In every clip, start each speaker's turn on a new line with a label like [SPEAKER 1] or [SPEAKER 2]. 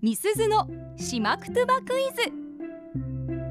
[SPEAKER 1] みすずのしまくとばクイズ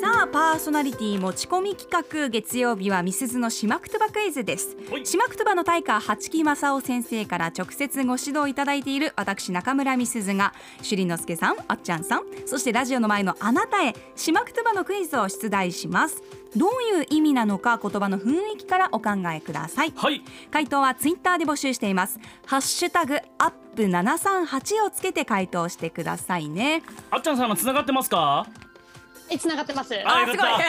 [SPEAKER 1] さあパーソナリティ持ち込み企画月曜日はみすずのしまくとばクイズです
[SPEAKER 2] はい
[SPEAKER 1] しまくとばの大家八木正夫先生から直接ご指導いただいている私中村みすずが朱里之助さんあっちゃんさんそしてラジオの前のあなたへしまくとばのクイズを出題しますどういう意味なのか言葉の雰囲気からお考えください
[SPEAKER 2] はい
[SPEAKER 1] 回答はツイッターで募集していますハッシュタグアップ738をつけて回答してくださいね
[SPEAKER 2] あっちゃんさんは繋がってますか
[SPEAKER 3] え繋がってます。
[SPEAKER 2] あ
[SPEAKER 1] す
[SPEAKER 2] よかっ
[SPEAKER 1] ご
[SPEAKER 2] た
[SPEAKER 1] い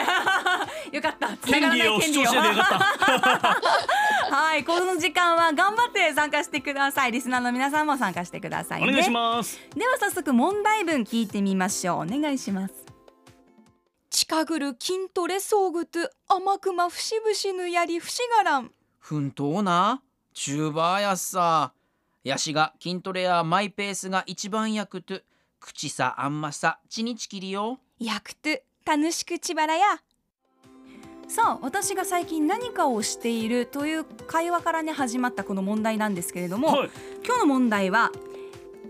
[SPEAKER 1] よかった繋
[SPEAKER 2] 権
[SPEAKER 1] がらな
[SPEAKER 2] 利
[SPEAKER 1] い
[SPEAKER 2] を
[SPEAKER 1] 権
[SPEAKER 2] 主
[SPEAKER 1] 利
[SPEAKER 2] 張しててよかった
[SPEAKER 1] はい、この時間は頑張って参加してください。リスナーの皆さんも参加してください
[SPEAKER 2] お
[SPEAKER 1] ね。
[SPEAKER 2] 願いします
[SPEAKER 1] では早速問題文聞いてみましょう。お願いします。近ぐる筋トレ総ぐと甘くま節々ぬやり節がらん。
[SPEAKER 4] 奮闘なチューバーやっさやしが筋トレやマイペースが一番やくと口さあんまさちにちきりよ
[SPEAKER 1] やくと楽しくちばらや。さあ私が最近何かをしているという会話からね始まったこの問題なんですけれども、
[SPEAKER 2] はい
[SPEAKER 1] 今日の問題は、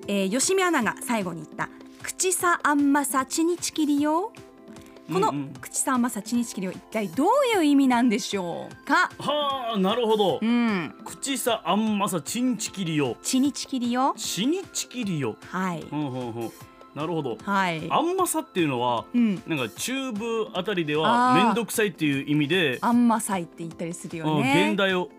[SPEAKER 1] えー、吉見アナが最後に言った口さあんまさちにちきりよこの
[SPEAKER 2] うんうん
[SPEAKER 1] 口さんまさちにちきりは一体どういう意味なんでしょうか。
[SPEAKER 2] はあなるほど
[SPEAKER 1] うん、
[SPEAKER 2] 口さあんまさちんちきりよ
[SPEAKER 1] ちにちきりよ。
[SPEAKER 2] ちにちきりよ
[SPEAKER 1] はい
[SPEAKER 2] ほ。んほんほんなるほど
[SPEAKER 1] はい。
[SPEAKER 2] あんまさっていうのは
[SPEAKER 1] うん。
[SPEAKER 2] なんか中部あたりで
[SPEAKER 1] あ
[SPEAKER 2] は
[SPEAKER 1] ー
[SPEAKER 2] 面倒くさいっていう意味で、
[SPEAKER 1] あんまさいって言ったりするよ
[SPEAKER 2] うん
[SPEAKER 1] ね。
[SPEAKER 2] 現代方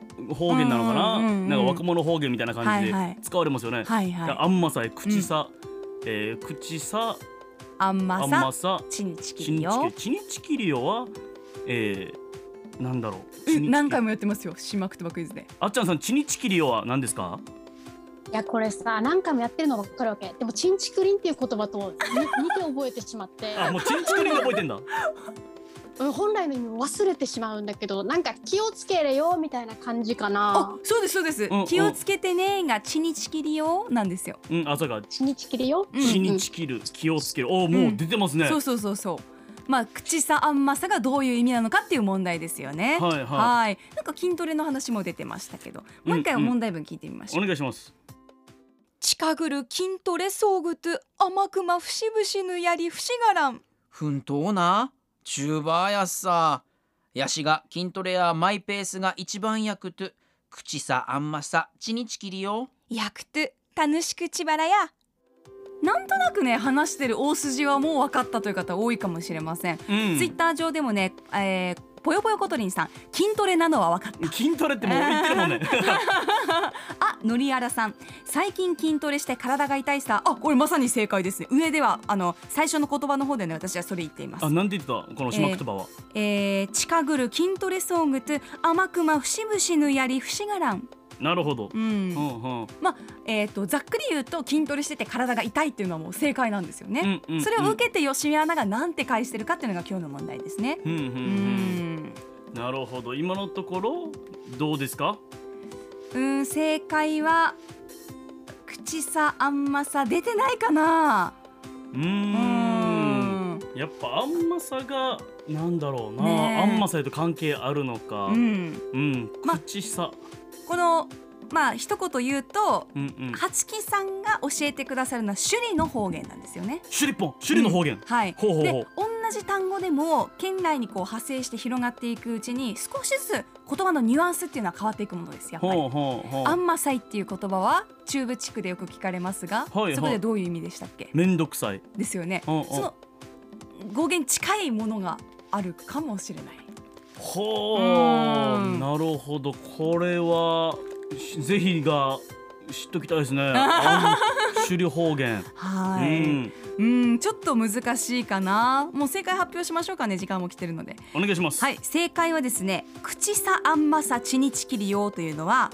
[SPEAKER 2] 言なのかな、
[SPEAKER 1] うんうんうんうん
[SPEAKER 2] なんか若者方言みたいな感じで
[SPEAKER 1] はいはい
[SPEAKER 2] 使われますよね、
[SPEAKER 1] はいはい。
[SPEAKER 2] あんまさえ口さ、えー口さ
[SPEAKER 1] あん
[SPEAKER 2] あ
[SPEAKER 1] ま
[SPEAKER 2] ん
[SPEAKER 1] さ
[SPEAKER 2] まさ
[SPEAKER 1] ちにちき
[SPEAKER 2] ち
[SPEAKER 1] り
[SPEAKER 2] にちき
[SPEAKER 1] よ
[SPEAKER 2] り。ちにちきりよはえー、なんだろう
[SPEAKER 1] え
[SPEAKER 2] ちにちきり
[SPEAKER 1] 何回もやってますよ。しまくとばクイズで。
[SPEAKER 2] あっちゃんさんちにちきりよは何ですか
[SPEAKER 3] いやこれさ何回もやってるの分かるわけ。でもチンチクリンっていう言葉とに似て覚えてしまって、
[SPEAKER 2] あもうちにちきりよ覚えて んだ
[SPEAKER 3] うん本来の意味を忘れてしまうんだけど、なんか気をつけれよみたいな感じか
[SPEAKER 1] あ
[SPEAKER 3] な、。
[SPEAKER 1] そうですそうです
[SPEAKER 2] うんう。ん
[SPEAKER 1] 気をつけてねがちにちきりよなんですよ。
[SPEAKER 2] うんあそうか
[SPEAKER 3] チンチクリよ。
[SPEAKER 1] うん
[SPEAKER 2] ちにちきる気をつけるおもう出てますね、
[SPEAKER 1] そうそうそうそう。まあ口さあんまさがどういう意味なのかっていう問題ですよね。
[SPEAKER 2] はいはい
[SPEAKER 1] はい。なんか筋トレの話も出てましたけど、もう一回
[SPEAKER 2] うんうん
[SPEAKER 1] 問題文聞いてみましょう
[SPEAKER 2] お。願いします
[SPEAKER 1] 近ぐる筋トレ総ぐと甘くま節々ぬやり節がらん
[SPEAKER 4] 奮闘なチューバーやっさやしが筋トレやマイペースが一番やくと口さあんまさちにちきりよ
[SPEAKER 1] やくと楽しくちばらやなんとなくね話してる大筋はもう分かったという方多いかもしれません、
[SPEAKER 2] うん
[SPEAKER 1] ツイッター上でもね、えー、ぽよぽよことりんさん筋トレなのは分かった
[SPEAKER 2] 筋トレってもう言って るもんね
[SPEAKER 1] あのりあらさん最近筋トレして体が痛いさあこれまさに正解ですね上ではあの最初の言葉の方でね私はそれ言っています
[SPEAKER 2] あなんて言ってたこの島言葉は、
[SPEAKER 1] えー、近ぐる筋トレソングと甘くま節々ぬやり節がらん
[SPEAKER 2] なるほど
[SPEAKER 1] う
[SPEAKER 2] うん
[SPEAKER 1] ん
[SPEAKER 2] うんうん
[SPEAKER 1] えー、とざっくり言うと筋トレしてて体が痛いっていうのはもう正解なんですよね、
[SPEAKER 2] うんうん
[SPEAKER 1] それを受けて吉見アナがなんて返してるかっていうのが今日の問題ですね、
[SPEAKER 2] うんうんう
[SPEAKER 1] うんん、
[SPEAKER 2] なるほど今のところどうですか
[SPEAKER 1] うん正解は口さあんまさ出てないかな
[SPEAKER 2] うーんやっぱあんまさがなんだろうな、
[SPEAKER 1] ねえ
[SPEAKER 2] あんまさと関係あるのか、
[SPEAKER 1] う
[SPEAKER 2] うん
[SPEAKER 1] んま
[SPEAKER 2] 口さ、
[SPEAKER 1] このまあ一言言うと
[SPEAKER 2] うんうん、
[SPEAKER 1] 八木さんが教えてくださるのは首里の方言なんですよね
[SPEAKER 2] シュリポンシュリの方言、
[SPEAKER 1] はい、
[SPEAKER 2] ほうほうほう
[SPEAKER 1] で同じ単語でも県内にこう派生して広がっていくうちに少しずつ言葉のニュアンスっていうのは変わっていくものですやっぱり。
[SPEAKER 2] ほうほうほ
[SPEAKER 1] あ
[SPEAKER 2] うん
[SPEAKER 1] まさいっていう言葉は中部地区でよく聞かれますが、
[SPEAKER 2] はいはい
[SPEAKER 1] そこでどういう意味でしたっけ
[SPEAKER 2] めんどくさい
[SPEAKER 1] ですよね、
[SPEAKER 2] うんうん
[SPEAKER 1] その語源近いものがあるかもしれない
[SPEAKER 2] ほう
[SPEAKER 1] うーん
[SPEAKER 2] なるほどこれはしぜひが知っときたいです ねあんシュリ方言、
[SPEAKER 1] はい、
[SPEAKER 2] うん、
[SPEAKER 1] うんちょっと難しいかなもう正解発表しましょうかね時間も来てるので
[SPEAKER 2] お願いします、
[SPEAKER 1] はい正解はですね「口さあんまさちにちきりよ」というのは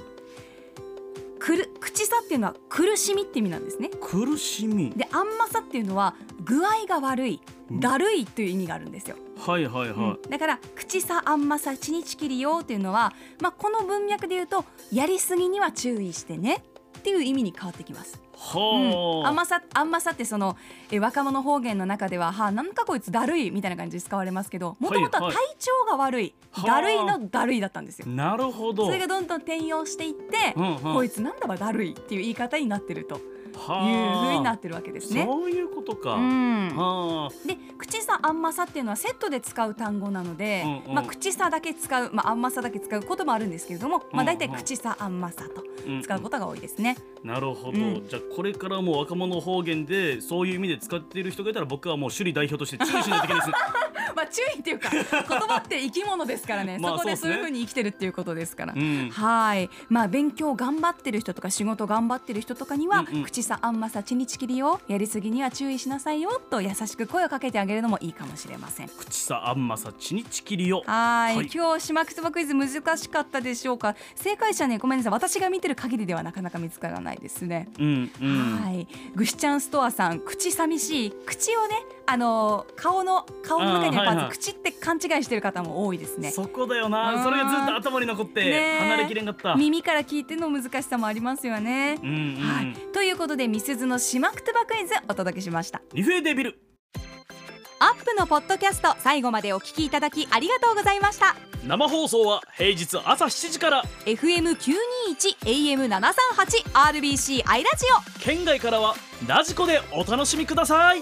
[SPEAKER 1] くる口さっていうのは苦しみって意味なんですね
[SPEAKER 2] 苦しみ
[SPEAKER 1] であんまさっていうのは具合が悪いだるいという意味があるんですよ、
[SPEAKER 2] はいはいはい、
[SPEAKER 1] うんだから「口さあんまさちにちきりよ」というのは、まあ、この文脈で言うとやりすぎには注意してねっていう意味に変わってきます。うん、
[SPEAKER 2] はあ、
[SPEAKER 1] 甘さ甘さってそのえ若者方言の中でははあなんかこいつだるいみたいな感じで使われますけどもともとは体調が悪い、
[SPEAKER 2] はい
[SPEAKER 1] だるいのだるいだったんですよ。
[SPEAKER 2] なるほど
[SPEAKER 1] それがどんどん転用していって、
[SPEAKER 2] うんうん
[SPEAKER 1] こいつなんだばだるいっていう言い方になってるというふう
[SPEAKER 2] はあ
[SPEAKER 1] になってるわけですね。
[SPEAKER 2] そういうことか、
[SPEAKER 1] うん
[SPEAKER 2] はあ
[SPEAKER 1] で口さあんまさっていうのはセットで使う単語なので、
[SPEAKER 2] うんうん
[SPEAKER 1] まあ、口さだけ使う、まあ、あんまさだけ使うこともあるんですけれども、まあ、大体
[SPEAKER 2] うんうん
[SPEAKER 1] 口さあんまさと
[SPEAKER 2] んん
[SPEAKER 1] 使うことが多いですね。
[SPEAKER 2] なる
[SPEAKER 1] う
[SPEAKER 2] ほど、
[SPEAKER 1] ん
[SPEAKER 2] じゃあこれからも若者方言でそういう意味で使っている人がいたら僕はもう首里代表として注意しないといけないですね
[SPEAKER 1] まあ、注意っていうか言葉って生き物ですからね、
[SPEAKER 2] まあ
[SPEAKER 1] そこで
[SPEAKER 2] そ
[SPEAKER 1] そうう
[SPEAKER 2] ですね
[SPEAKER 1] いうふうに生きてるっていうことですから。
[SPEAKER 2] うん
[SPEAKER 1] はい、まあ、勉強頑張ってる人とか仕事頑張ってる人とかには、
[SPEAKER 2] うんうん
[SPEAKER 1] 口さあんまさちにちきりよやりすぎには注意しなさいよと優しく声をかけてあげるのもいいかもしれません。
[SPEAKER 2] 口さあんまさちにちきりよ
[SPEAKER 1] はい
[SPEAKER 2] はい
[SPEAKER 1] 今日島くつばクイズ難しかったでしょうか正解者ねごめんなさい私が見てる限りではなかなか見つからないですね、
[SPEAKER 2] うんうん
[SPEAKER 1] はいぐしちゃんストアさん口寂しい口をねあのー顔の顔の中にあるパーツ、
[SPEAKER 2] あーはいはい
[SPEAKER 1] 口って勘違いしてる方も多いですね
[SPEAKER 2] そこだよ
[SPEAKER 1] うん
[SPEAKER 2] なそれがずっと頭に残っ
[SPEAKER 1] ねえ
[SPEAKER 2] て離れきれんか った、
[SPEAKER 1] 耳から聞いての難しさもありますよね、
[SPEAKER 2] うんうん、
[SPEAKER 1] はいということでみすずの島くつばクイズお届けしました
[SPEAKER 2] リフェーデビル
[SPEAKER 1] アップのポッドキャスト最後までお聞きいただきありがとうございました
[SPEAKER 2] 生放送は平日朝7時から
[SPEAKER 1] FM921 AM738 RBC アイラジオ
[SPEAKER 2] 県外からはラジコでお楽しみください